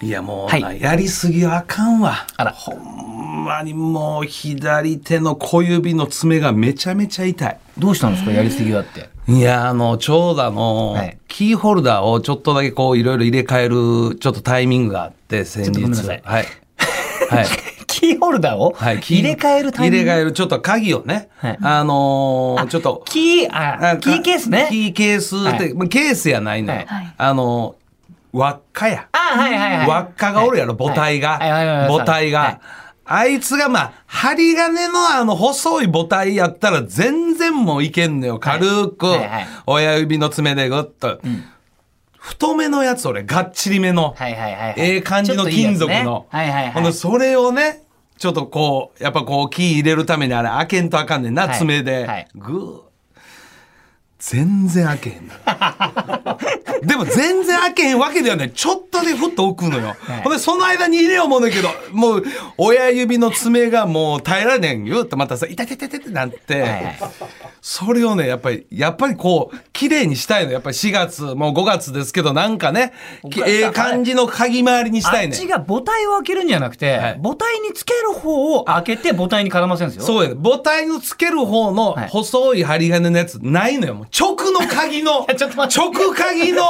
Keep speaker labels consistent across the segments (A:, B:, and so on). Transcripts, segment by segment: A: いやもう、
B: はい
A: なやりすぎはあかんわ。
B: あら
A: ほんまにもう左手の小指の爪がめちゃめちゃ痛い。
B: どうしたんですかやりすぎはって。
A: いや、あの、長蛇の
B: はい
A: キーホルダーをちょっとだけこういろいろ入れ替えるちょっとタイミングがあって、先日。
B: ちょっとごめんなさい
A: はい。はい。
B: キーホルダーを
A: はい、キー
B: 入れ替えるタイミング。
A: 入れ替える、ちょっと鍵をね、
B: はい
A: あのーちょっと、
B: キー、あ、
A: あ
B: キーケースね。
A: キーケースって、
B: はい
A: まあケースやないのよ、
B: はい
C: はい
A: あのー輪っかや。
B: あ、はいはいはい。
A: 輪っかがおるやろ、
B: はい
A: 母体が、
B: はいはいはいはい
A: 母体が、
B: はい
A: あいつがまあ針金のあの細い母体やったら全然もういけんのよ軽く、
B: はいはいはい
A: 親指の爪でグッと、太めのやつ俺がっちりめの、
B: はいはいはいはい。
A: ええ感じの金属
B: ちょ
A: の
B: っといいやつねはいはい
A: ほ
B: は
A: ん
B: い
A: で。それをねちょっとこうやっぱこうキー入れるためにあれ開けんとあかんねんな、
B: はい
A: 爪で、
B: はい
A: グー全然開けへん のでも全然開けへんわけではないちょっとでふっと置くのよ、
B: い
A: ほんでその間に入れようもんだけどもう親指の爪がもう耐えられんよってまたさ「いたててて」ってなって、
B: はいはい
A: それをねやっぱりやっぱりこう綺麗にしたいのやっぱり4月もう5月ですけどなんかねきええ感じの鍵回りにしたい
B: あ
A: ね
B: っちが母体を開けるんじゃなくて、
A: はい
B: 母体につける方を開けて母体に絡ませるんですよ。
A: そうやね。母体のつける方の
B: はい
A: 細い針金のやつないのよ。もう直の鍵 の
B: や、ちょっと待
A: 直鍵の、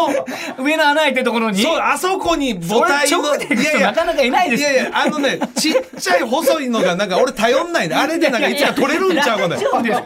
B: 上の穴開いてるところに。
A: そう、あそこに母体の、
B: それ直で行く人なかなかいないです
A: いやいや、あのね、ちっちゃい細いのがなんか俺頼んないの。あれでなんかいつか取れるんちゃうかな。
B: 大
A: い
B: 丈夫ですっ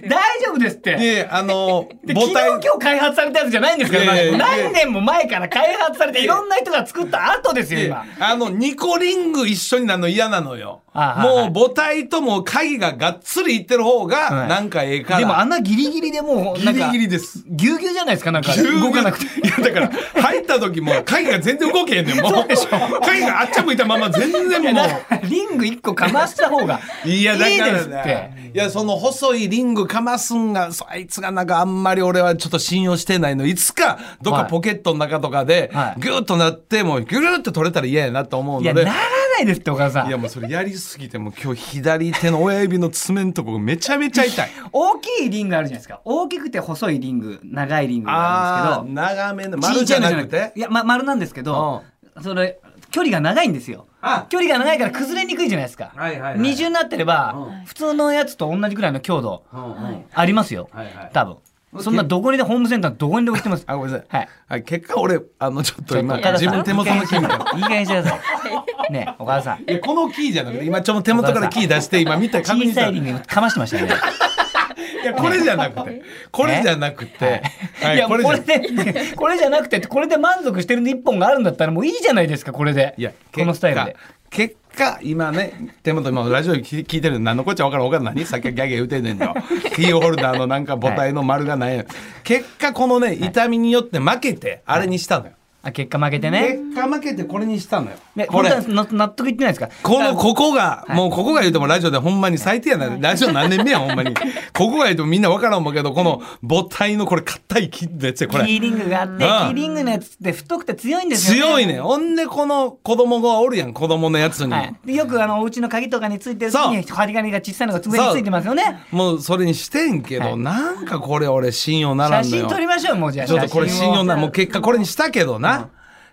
B: て。大丈夫ですって。
A: やいや、あの、
B: で昨
A: 母
B: 日
A: 体、
B: 今日開発されたやつじゃないんですから、
A: いやいやいや
B: 何年も前から開発されていろんな人が作った後ですよ
A: い
B: 今
A: やあの、ニコリング一緒になるの嫌なのよ。
B: あはい
A: も
B: はいう
A: 母体とも鍵ががっつりいってる方
B: は
A: が、
B: い
A: なんかええから。
B: でも穴ギリギリでもう
A: ギ
B: なん
A: リ
B: か
A: ギリです。
B: ぎゅうぎゅうじゃないですかなんか
A: ぎゅうぎゅう
B: 動かなくて
A: いやだから入った時も鍵が全然動けへんねんもう
B: そうでしょ
A: 鍵があっち向いたまま全然
B: いや
A: も
B: だからリング一個かました方が
A: う
B: いい
A: い
B: で
A: や
B: す
A: だから
B: って
A: ねいやその細いリングかますんがそあいつがなんかあんまり俺はちょっと信用してないのいつかどっか
B: はい
A: ポケットの中とかで
B: はい
A: ギューッとなってもうギュルッと取れたら嫌やなと思う
B: いや
A: の
B: な
A: で
B: らないですってお母さ
A: いや
B: ん
A: もうそれやりすぎてもう今日左手の親指の爪のとこがめちゃめちゃ痛い
B: 大きいリングあるじゃないですか大きくて細いリング長いリング があ
A: あ
B: る
A: あ
B: んです
A: 長めの
B: けど
A: 丸じゃなく
B: ちちゃいの
A: て
B: いや、ま、丸なんですけどそれ距離が長いんですよ
A: あ
B: 距離が長いから崩れにくいじゃないですか
A: いは
B: 二重になってれ
A: う
B: ば普通のやつと同じくらいの強度
A: うんうん
B: ありますよ
A: はいはい
B: 多分そんなどこにでホームセンターどこにでも売ってます
A: あごめんなさい
B: はい
A: あ結果俺あのちょっと今
B: ちょっと岡田さ
A: 自
B: ん
A: 分手元のキーみたい ない
B: い加減にしてくださいねえお母さん
A: いやこのキーじゃなくて今ちょっと手元からキー出して今見て確認
B: 小
A: し
B: さ
A: た
B: い
A: い
B: リングかましてましたね
A: やこれじゃなくてこれじゃなくてはいい
B: や、
A: こ
B: こ
A: れじゃ
B: れ
A: なくて
B: で、これじゃなくて、これで満足してる一本があるんだったら、もういいじゃないですか、これで。
A: いや
B: このスタイルで。
A: 結果結果今ね手元今ラジオ聞聞いてるの何のこっちゃ分からん分 からん何さっきはギャーギャー言うてんねんのキーホルダーのなんか母体の丸がない結果このね痛みによって負けてあれにしたのよ
B: あ、結果負けてね。
A: 結果負けてこれにしたのよ
B: ね、
A: こ
B: こ
A: れ
B: れ、納得いってないですか。
A: この
B: だか
A: ここが、もうここが言うてもラジオでほんまに最低やな、ラジオ何 年目やほんまにここが言うてもみんな分からんもんけどこの母体のこれ硬い木のやつやこ
B: ら
A: れ
B: キーリングがあって、キ
A: うん
B: ーリングのやつって太くて強いんですよ。
A: 強いね。ほんでこの子供がおるやん子供のやつに、
B: はい。でよくあのお家の鍵とかについてる時に針金が小さいのが
A: そ
B: 上に
A: う
B: ついてますよね。
A: もうそれにしてんけど、
B: はい
A: なんかこれ俺信用なら
B: 写
A: んのよ
B: 真撮りましょうもうじゃあ。
A: ちょっとこれ
B: 写
A: 信
B: を
A: 用なもう結果これにしたけどな、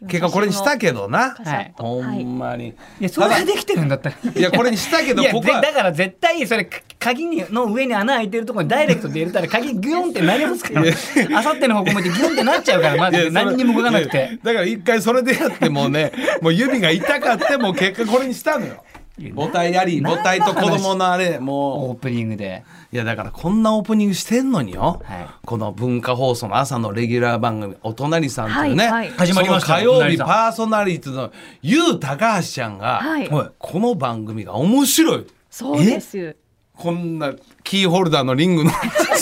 A: 結果これにしたけどな、
B: はい
A: ほんまに、
B: いやそれができてるんだったら。
A: いやこれにしたけど
B: いや
A: ここ
B: で
A: は
B: だから絶対それか鍵にの上に穴開いてるところにダイレクトで入れたら鍵ギュンってなりますからあさっての方向向いてギュンってなっちゃうからま
A: いや
B: ず
A: それ
B: 何にも動かなく
A: いや
B: て
A: だから一回それでやってもう ねもう指が痛かってもう結果これにしたのよ母体やり母
B: 何の
A: 体
B: 話
A: と子供のあれも
B: オープニングで
A: ういやだからこんなオープニングしてんのによ、
B: はい
A: この文化放送の朝のレギュラー番組「お隣さん」というね、
C: はいはい
B: 始まりまし
A: その
B: た
A: 火曜
B: お隣
A: 日
B: さん
A: パーソナリティの YOU 高橋ちゃんが、
C: はい
B: はい
A: この番組が面白い
C: そうです。
A: こんなキーホルダーのリングの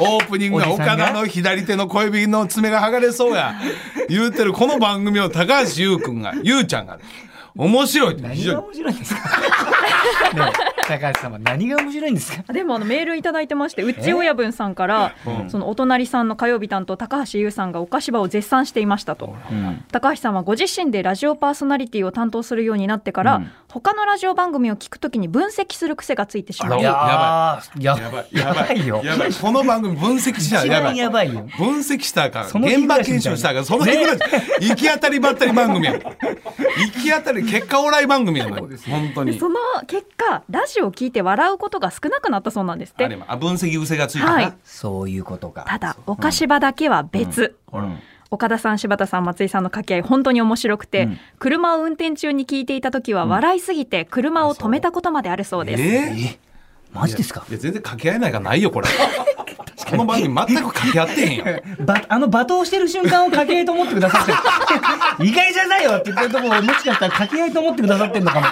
A: オープニングが
B: おじさんが
A: 岡田の左手の小指の爪が剥がれそうや言うてるこの番組を高橋優君が優ちゃんが面白いって非
B: 何
A: 常
B: が
A: に
B: 面白いんですかね高橋さんは何が面白いんですか。
C: あでもあのメールいただいてましてうち親分さんから、そのお隣さんの火曜日担当高橋優さんがお菓子場を絶賛していましたと、高橋さんはご自身でラジオパーソナリティを担当するようになってから、
B: うん
C: 他のラジオ番組を聞くときに分析する癖がついてしま
A: あ
C: い
A: ら
B: ーや
A: やばい
B: やばいよ。
A: やばいこの番組分析したら
B: 一
A: やば
B: 番
A: い
B: やばいよ。
A: 分析したらあかん
B: その日
A: 現場検証したらあかんその日ぐらい行き当たりばったり番組やん行き当たり結果オーライ番組やな本当
C: で
A: に
C: その結果ラジオを聞いて笑うことが少なくなったそうなんですっ
A: あ
C: て
A: れあ分析癖がついたな、
C: はい
B: そういうことか。
C: ただお菓子場だけは別、
B: うん
C: 岡田さん柴田さん松井さんの掛け合い本当に面白くて、
B: うん
C: 車を運転中に聞いていた時は笑いすぎて車を止めたことまであるそう
A: え
C: です、
A: ー
B: マジですか
A: い。や全然掛け合えないがないよこ れこの番組全く掛け合ってへんよ
B: ばあの罵倒してる瞬間を掛け合いと思ってくださってる 意外じゃないよって言ってるところをもしかしたら掛け合いと思ってくださってるのかも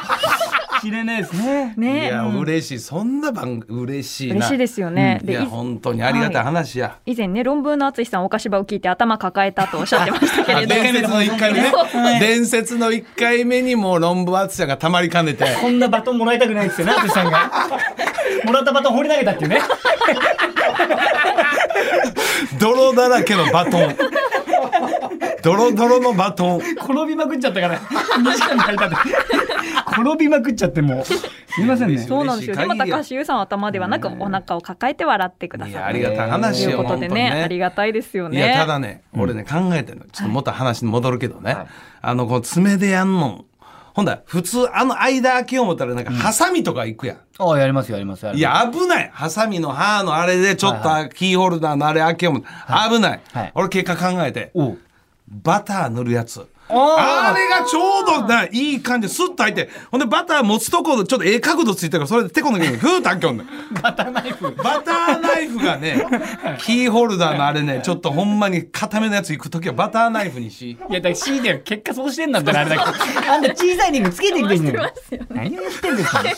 B: しれないですね。
A: い
C: ねえ
A: や
C: うん
A: 嬉しいそんな番組嬉しいな
C: 嬉しいですよね、
A: い
C: で
A: や
C: い
A: 本当にありがたい話や、
C: 以前ね論文の淳さんお菓子場を聞いて頭抱えたとおっしゃってましたけ
A: あ
C: れど
A: 伝説の1回目ね
B: はい
A: 伝説の1回目にもう論文淳さんがたまりかね て
B: こんなバトンもらいたくないですよね、淳さんが。もらったバトン放り投げたっていうね。
A: 泥だらけのバト ン泥泥のバトン
B: 転びまくっちゃったから、2時 間空いたって。転びまくっちゃってもう。すいませんね。
C: そうなんですよでも
A: 嬉しい限りや
C: 高橋優さんは頭ではなくお腹を抱えて笑ってくだ
A: い
C: さ
A: や
C: っ
A: あ
C: た
A: りがたい話
C: という
A: よ
C: こと
A: 本当
C: で
A: に
C: ねありがたいですよ
A: い
C: ね
A: やただね、俺ね考えてるのちょっとまた話に戻るけどね、あのこう爪でやんのほんだら普通あの間開けよう思ったらなんかハサミとかいくやん、
B: ああ、やりますよ、やります。
A: いや危ないハサミの歯のあれでちょっ
B: は
A: とキーホルダーのあれ開けよう思った、危ない、
B: はい
A: 俺結果考えて
B: おう。
A: バター塗るやつ
B: あ
A: あれがちょうどないい感じでスッと入ってほんでバター持つとこちょっとええ角度ついてるからそれでテコの毛 にグーッと開けよんねん
B: バターナイフ。
A: バターナイフが ね、キーホルダーのあれね、ちょっとほんまに固めのやつ行くときはバターナイフに し。
B: いや、だから C で結果そうしてんだったらあれだけど。あんた小さいリングつけてきてんねん。何を言ってんですか。い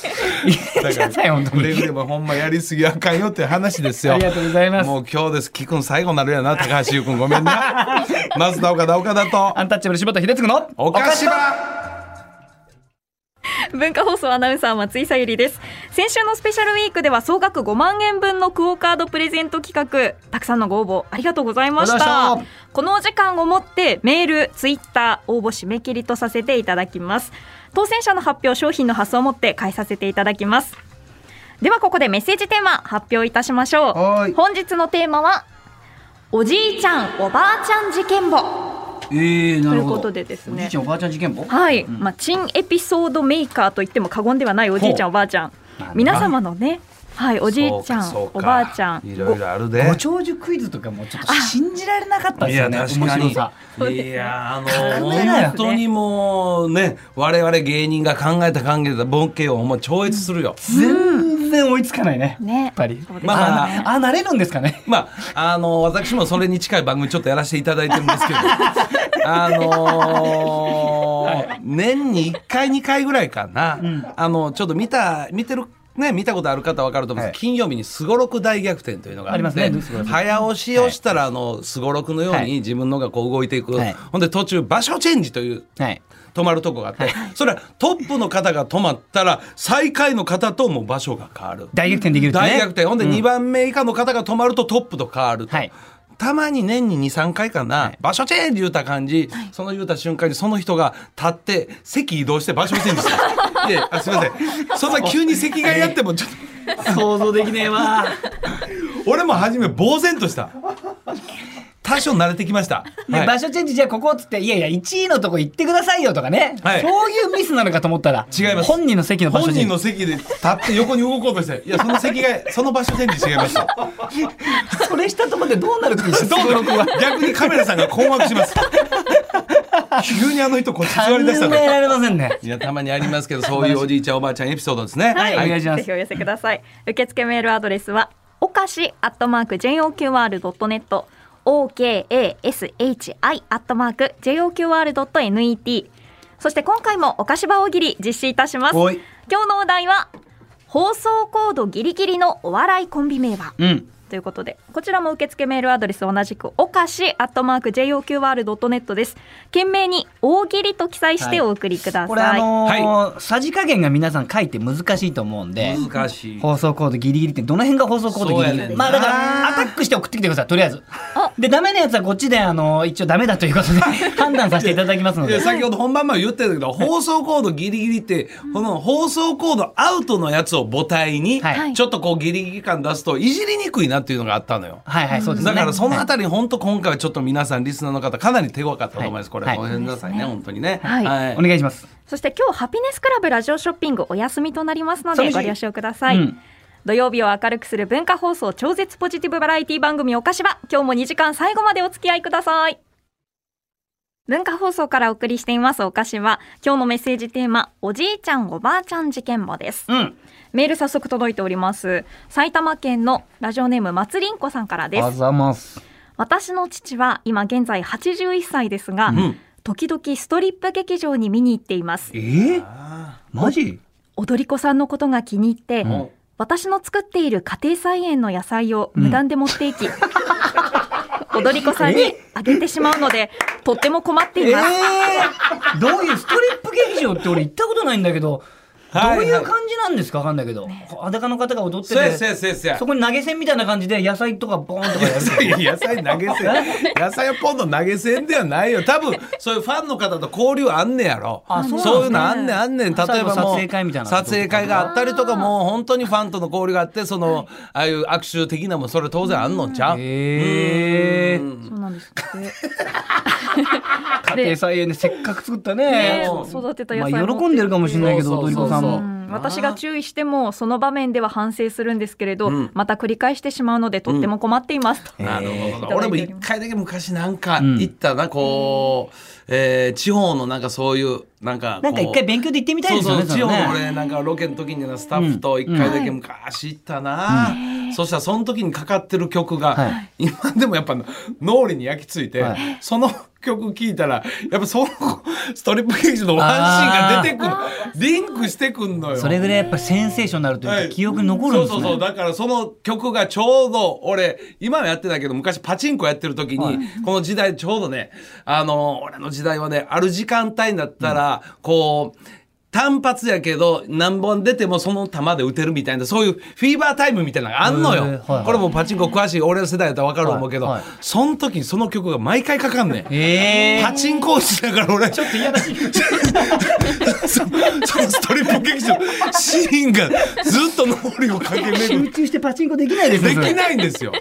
B: や、ちゃったよ、本当
A: くれ
B: に。
A: ぐれもほんまやりすぎはあかんよって話ですよ。
B: ありがとうございます
A: もう今日です。キ君最後になるやな、高橋優君ごめん な。松田岡田岡田と、
B: アンタッチャブル柴田秀嗣の
A: お菓子は
C: 文化放送アナウンサー松井さゆりです先週のスペシャルウィークでは総額5万円分のクオカードプレゼント企画たくさんのご応募ありがとうございまし
B: あ
C: た
B: りがとうございま
C: このお時間をもってメールツイッター応募締め切りとさせていただきます当選者の発表商品の発送をもって返させていただきますではここでメッセージテーマ発表いたしましょう
B: はい
C: 本日のテーマはおじいちゃんおばあちゃん事件簿
B: ええ、な
C: るほどということでですね
B: おじいちゃんおばあちゃん事件簿。
C: はい、まあ、珍エピソードメーカーと言っても過言ではないおじいちゃん、おばあちゃん
B: なんだ。
C: 皆様のね、はい、おじいちゃ
A: そうか
C: ん、
A: そうか
C: おばあちゃん。
A: いろいろあるで。
B: ご長寿クイズとかもちょっと信じられなかったですよね。
A: いや確かに
B: 面白さ。
A: いやあの
B: 革命だよ
A: 本当にもうね我々芸人が考えた考えたボケをもう超越するよ。
B: 全然追いつかないね。
C: ね
B: やっぱり。
C: そうですね
A: ま
B: ああ、慣れるんですかね。
A: まあ、あの、私もそれに近い番組ちょっとやらせていただいてるんですけ ど、あのー年に1回、2回ぐらいかな、あの、ちょっと見た、見てる、ね、見たことある方わかると思うんですけど、金曜日にすごろく大逆転というのがあ
B: あり
A: っ
B: ますね
A: て、
B: すごろく
A: 早押しをしたら、あの、すごろくのよう
B: はい
A: に自分のがこう動いていく。
B: はい
A: ほんで途中、場所チェンジという
B: はい。
A: 止まるとこがあって、それはトップの方が止まったら、最下位の方ともう場所が変わる。
B: 大逆転できるってね。
A: 大逆転、ほんで2番目以下の方が止まるとトップと変わると、
B: はい
A: たまに年に23回かな、場所チェンジ言うた感じ、その言うた瞬間にその人が立って席移動して場所移転ですよ いやあすいませんそんな急に席替えやってもちょっ
B: 想像できねえわ。
A: と俺も初め呆然とした多少慣れてきました、
B: ね
A: はい
B: 場所チェンジじゃあここっつっていやいや1位のとこ行ってくださいよとかね、
A: はい
B: そういうミスなのかと思ったら
A: 違います
B: 本人の席の場所
A: 本
B: チェ
A: 人
B: ンジ
A: の席で立って横に動こうとしていやその席替えその場所チェンジ違いま した
B: それしたとこでどうなるかにして
A: どうぞ逆にカメラさんが困惑します 急にあの人こっち座りだした
B: 考
A: の
B: えられませんね
A: いやたまにありますけどそういうおじいちゃんおばあちゃんエピソードですね。
C: はい、
B: お願いします
C: ぜひお寄せください。受付メールアドレスは、おかしアットマーク JOQR.net、OKASHI アットマーク JOQR.net。そして今回もお菓子場大喜利実施いたします。
A: お
C: 今
A: い
C: 日のお題は、放送コードギリギリのお笑いコンビ名は
B: うん
C: ということでこちらも受付メールアドレス同じくおかしアットマーク JOQR.net です件名に大喜利と記載してお送りください、
B: これあのーさじ加減が皆さん書いて難しいと思うんで
A: 難しい
B: 放送コードギリギリってどの辺が放送コードギリ
A: そう
B: ギ
A: やね
B: リ
A: んな
B: まあだからアタックして送ってきてくださいとりあえずでダメなやつはこっちであのー一応ダメだという ことで判断させていただきますの
A: いや
B: で
A: 先ほど本番前言ってたけど放送コードギリギリってこの放送コードアウトのやつを母体に
B: はい
A: ちょっとこうギリギリ感出すといじりにくいなっていうのがあったのよ。
B: はいはいそうですね
A: だからそのあたり本当今回はちょっと皆さんリスナーの方かなり手強かったと思います。これ
B: はい
A: ごめんなさいね本当にね。
C: はい
B: お願いします
C: そして今日ハピネスクラブラジオショッピングお休みとなりますの
B: 寂し
C: で
B: い
C: ご了承ください、
B: うん
C: 土曜日を明るくする文化放送超絶ポジティブバラエティ番組おかしば今日も2時間最後までお付き合いください文化放送からお送りしていますおかしば今日のメッセージテーマおじいちゃんおばあちゃん事件簿です
B: うん
C: メール早速届いております埼玉県のラジオネームまつりんこさんからです
B: ざます
C: 私の父は今現在81歳ですが、
A: ん
C: 時々ストリップ劇場に見に行っています
B: えー、マジ
C: 踊り子さんのことが気に入って、
A: ん
C: 私の作っている家庭菜園の野菜を無断で持って いき、踊り子さんにあげてしまうのでとっても困っています、
B: えー、どういうストリップ劇場って俺行ったことないんだけどど
A: は
B: う
A: い
B: い
A: はいう
B: 感じなんですかわかんないけど裸の方が踊って
A: そうやそうや
B: て
A: そうやそうや
B: そこに投げ銭みたいな感じで野菜とかボーンとかやる
A: 野菜投げせん野菜をポンと投げせんではないよ多分そういうファンの方と交流あんねやろ
B: あそうな
A: いうのあん
B: んですね
A: ねんあんねん例えばもう
B: 最後撮影会みたいな
A: 撮影会があったりとかもう本当にファンとの交流があってその、ああいう握手的なもんそれ当然あんのんちゃう、
B: へえ
C: そうなんですって
B: 家庭菜園でせっかく作ったね
C: ね育てた野菜
B: ま
C: 持って
B: あ、喜んでるかもしれないけど
A: そう
B: 踊
A: そう
B: り
A: そう
B: 子さん
C: う
B: も
C: ん私が注意してもその場面では反省するんですけれど、また繰り返してしまうのでとっても困っていますと、
A: なるほど
C: えー
A: 俺も一回だけ昔なんか行ったな、こう、えー地方のなんかそういうなんかこう
B: なんか一回勉強で行ってみたいですよね
A: そうそう地方
B: それ
A: の
B: ね
A: 俺なんかロケの時になスタッフと一回だけ昔行ったな、そしたらその時にかかってる曲が、
B: は
A: 今でもやっぱ脳裏に焼き付いて、
B: はい
A: その曲聴いたらやっぱそのストリップ劇場のワンシーンが出てくるリンクしてくんのよ。
B: それぐらいやっぱセンセーションになるというか、
A: はい
B: 記憶に残るんですね
A: そうそうそうだからその曲がちょうど俺今はやってないけど昔パチンコやってる時に、この時代ちょうどねあの俺の時代はねある時間帯になったら、こう単発やけど何本出てもその球で打てるみたいなそういうフィーバータイムみたいなのがあんのよ、
B: へーはいはい
A: これもパチンコ詳しい俺の世代だったら分かると思うけど、
B: はいはい
A: その時にその曲が毎回かかんね ん。
B: え
A: パチンコ打ちだから俺ちょっと嫌だしそそのストリップ劇場シーンがずっと脳裏を駆け巡る
B: 集中してパチンコできないですね
A: で
B: それ
A: きないんですよ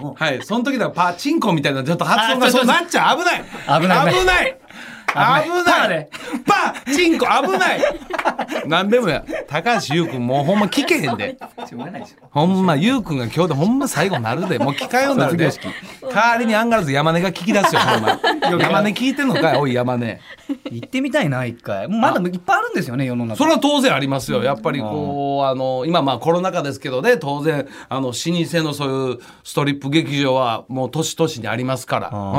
B: そう
A: はいその時だからパチンコみたいなちょっと発音がそうなっちゃう危ない
B: 危ない
A: 危ない
B: ない
A: 危
B: パー
A: ない
B: で
A: パチンコ危ない 何でもや高橋優君もうほんま聞けへんでほんま優君が今日でほんま最後なる でもう聞かんようになるで代わりにアンガールズ山根が聞き出すよほん ま山根聞いてんのかいおい山根
B: 行ってみたいな一回もうまだいっぱいあるんですよね世の中
A: それは当然ありますよ。やっぱりこう、あの、今まあコロナ禍ですけどね、当然、あの、老舗のそういうストリップ劇場はもう年々にありますから。うん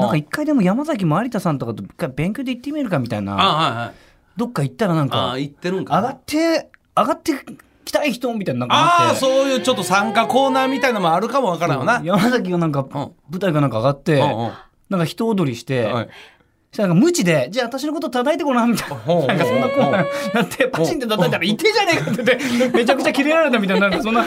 B: なんか一回でも山崎も有田さんとかと一回勉強で行ってみるかみたい
A: あ、
B: な
A: はいはい。
B: どっか行ったらなん
A: あ
B: か
A: あ、
B: 上
A: 行ってるんかな。
B: がって上がってきたい人みたいななんか
A: あ
B: な
A: あ、
B: って
A: そういうちょっと参加コーナーみたいなのもあるかもわからんよな。
B: 山崎がなんか
A: ん
B: 舞台がなんか上がって
A: うんうん
B: なんか人踊りして
A: はい
B: したらなんか無知でじゃあ私のこと叩いてごらんみたいな
A: ほう
B: なんかそんなコーナーなってパチンって叩いたら痛いじゃねえかって 言ってめちゃくちゃキレられたみたいななんかそんな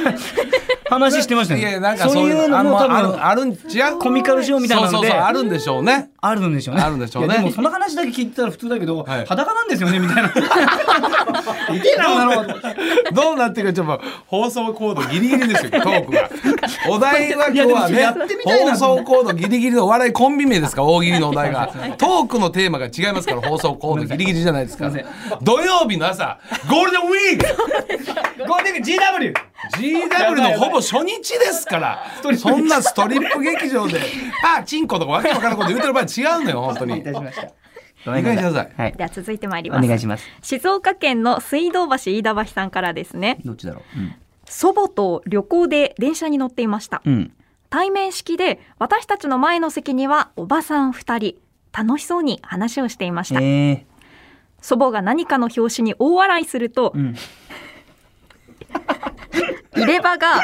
B: 話してました
A: いやいや
B: ね
A: なんか
B: そ
A: そう
B: う
A: い
B: いうう
A: の
B: のも
A: も
B: 多
A: ある
B: 分
A: あるんちゃう
B: コミカルショーみたいな
A: そ
B: の
A: うそう
B: で
A: そうあるんでしょう ね。
B: あるんでしょうね。
A: あるんでしょうね
B: いやでもその話だけ聞いてたら普通だけど、
A: はい
B: 裸なんですよねみたいな。いてえなこの野郎
A: どうなってるかちょっと放送コードギリギリですよトークがお題は今日はいね
B: やでもやってみたいな
A: 放送コードギリギリのお笑いコンビ名ですから大喜利のお題がトークのテーマが違いますから放送コードギリギリじゃないですから土曜日の朝ゴールデンウィーク
B: ゴールデンウィーク GW。
A: GW のほぼ初日ですからそんなストリップ劇場で あチンコとかわけわからんこと言うてる場合違うのよ本当に
B: いたしました。
A: めんなさいお願いします
B: はい。
C: では続いてまいり
B: お
C: ます
B: 願いします。
C: 静岡県の水道橋飯田橋さんからですね
B: どっちだろ
C: 祖母と旅行で電車に乗っていました、
B: う。うん。
C: 対面式で私たちの前の席にはおばさん2人楽しそうに話をしていました、
B: ええ。
C: 祖母が何かの表紙に大笑いすると、
B: ん
C: 入れ歯が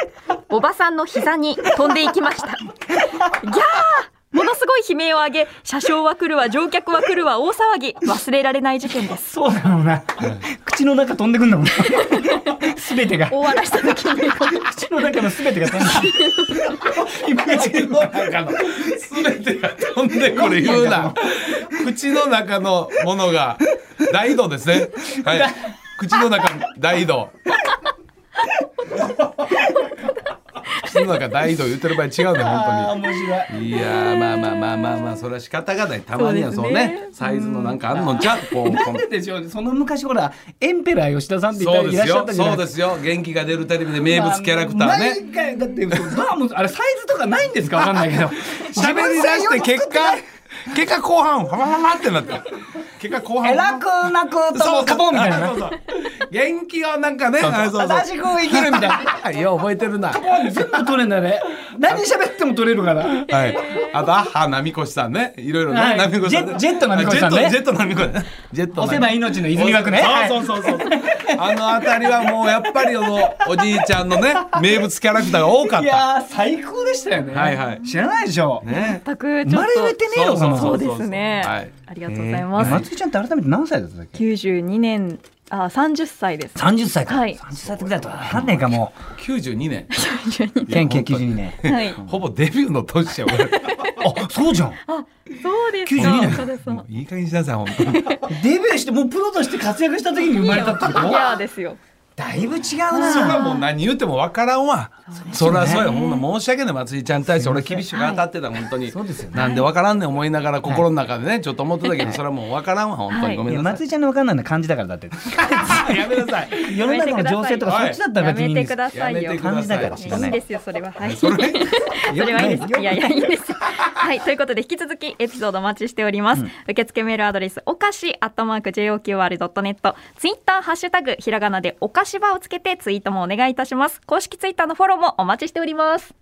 C: おばさんの膝に飛んでいきました。ギャーものすごい悲鳴を上げ、車掌は来るわ、乗客は来るわ、大騒ぎ、忘れられない事件です。
B: そうだろうな。口の中飛んでくんだもんな。すべてが。
C: 大笑いした時に、
B: 口の中のすべてが飛んでくる。
A: 口の中の全てが飛んでこれ言うな口の中のものが大道ですねはい口の中大道口の中大道言ってる場合違うね
B: ああ、
A: 本
B: 面白い。
A: 当にいやーまあまあまあまあまあそれは仕方がないたまにはそうね
C: そうですね
A: サイズのなんかあんのじゃんこう
B: な
A: こ
B: ん
A: の
B: ででしょうね。その昔ほら、エンペラー吉田さんっていた
A: そう
B: い
A: で
B: らっ
A: す
B: しゃっ
A: よ
B: たじゃな
A: そ
B: いうで
A: です
B: か。
A: すよ元気が出るテレビで名物キャラクターね
B: 毎回だって、バーもあれサイズとかないんですかわかんないけど。
A: 喋り出して結果結果後半ファファファファってなった結果後半
B: えらくなくともカポンみたいな
A: そう。そう元気がなんかねあそうそう
B: 正しく生きるみたいな。
A: あ よう覚えてるなは
B: 全部取れんだ ね。何喋っても取れるから。
A: いあとアッハー波越さんねいろいろね
B: はい
A: 波越さん
B: ジェ
A: ね
B: ジェット波越さんね
A: ジェットジェット波越さんジェット
B: 押せば
A: い
B: 命の泉学ね。
A: そうそうそうそうあの辺りはもうやっぱりあのおじいちゃんの ね名物キャラクターが多かっ
B: い
A: た
B: やー最高でしたよね。
A: はいはい
B: 知らないでしょ。
A: ね
C: 全く
B: 生
C: ちょっ
B: まれ
C: と
B: れ。てねえよ
A: そうそう
C: そ
A: そう
C: ですね。
A: はい
C: ありがとうございます。
B: 松井ちゃんって改めて何歳だったっけ？
C: 九十二年、あ、三十歳です。
B: 三十歳
C: かはい
B: 三十歳ってくらいだとわかんねえかも
A: 92年
B: う。千九百九十二年。
C: はい。
A: ほぼデビューの年や俺
B: あそうじゃん。
C: あ、そうです
B: 92
C: か。
B: 年
C: 岡田さん
A: いい加減にしなさい本当に
B: デビューしてもうプロとして活躍した時に生まれたってこと
C: いやですよ。
B: だいぶ違う
A: そこは
B: な。
A: もう何言っても分からんわ。そりゃそうや、ほんま申し訳ない、松井ちゃんに対して、俺厳しく当たってた、本当に。
B: そうですよね
A: なんで分からんねん思いながら、心の中でね、ちょっと思ってたけど、それはもう分からんわ、本当
C: は
A: に
C: い
A: ご
B: い
A: め
B: や
A: んなさ
B: 松井ちゃんのわかんないのは漢字だからだって。
A: い。やめなさい。
B: 世の中の情勢とかそっちだったら
C: や
B: 別にい
C: め
B: いんです
C: てく
B: よ。
C: ださい
A: や
C: よ
A: めて。くだ
B: 漢字だから知らないい
C: い。ですよ、それは。はい。
A: それ。
C: それはいいです。
B: よ
C: いやいや、いいです。はい、ということで、引き続きエピソードお待ちしております。受付メールアドレス、おかし、アットマーク、JOQR.net、ツイッター、ハッシュタグ、ひらがなで、おかしばをつけて、ツイートもお願いいたします。公式ツイッターのフォローもお待ちしております。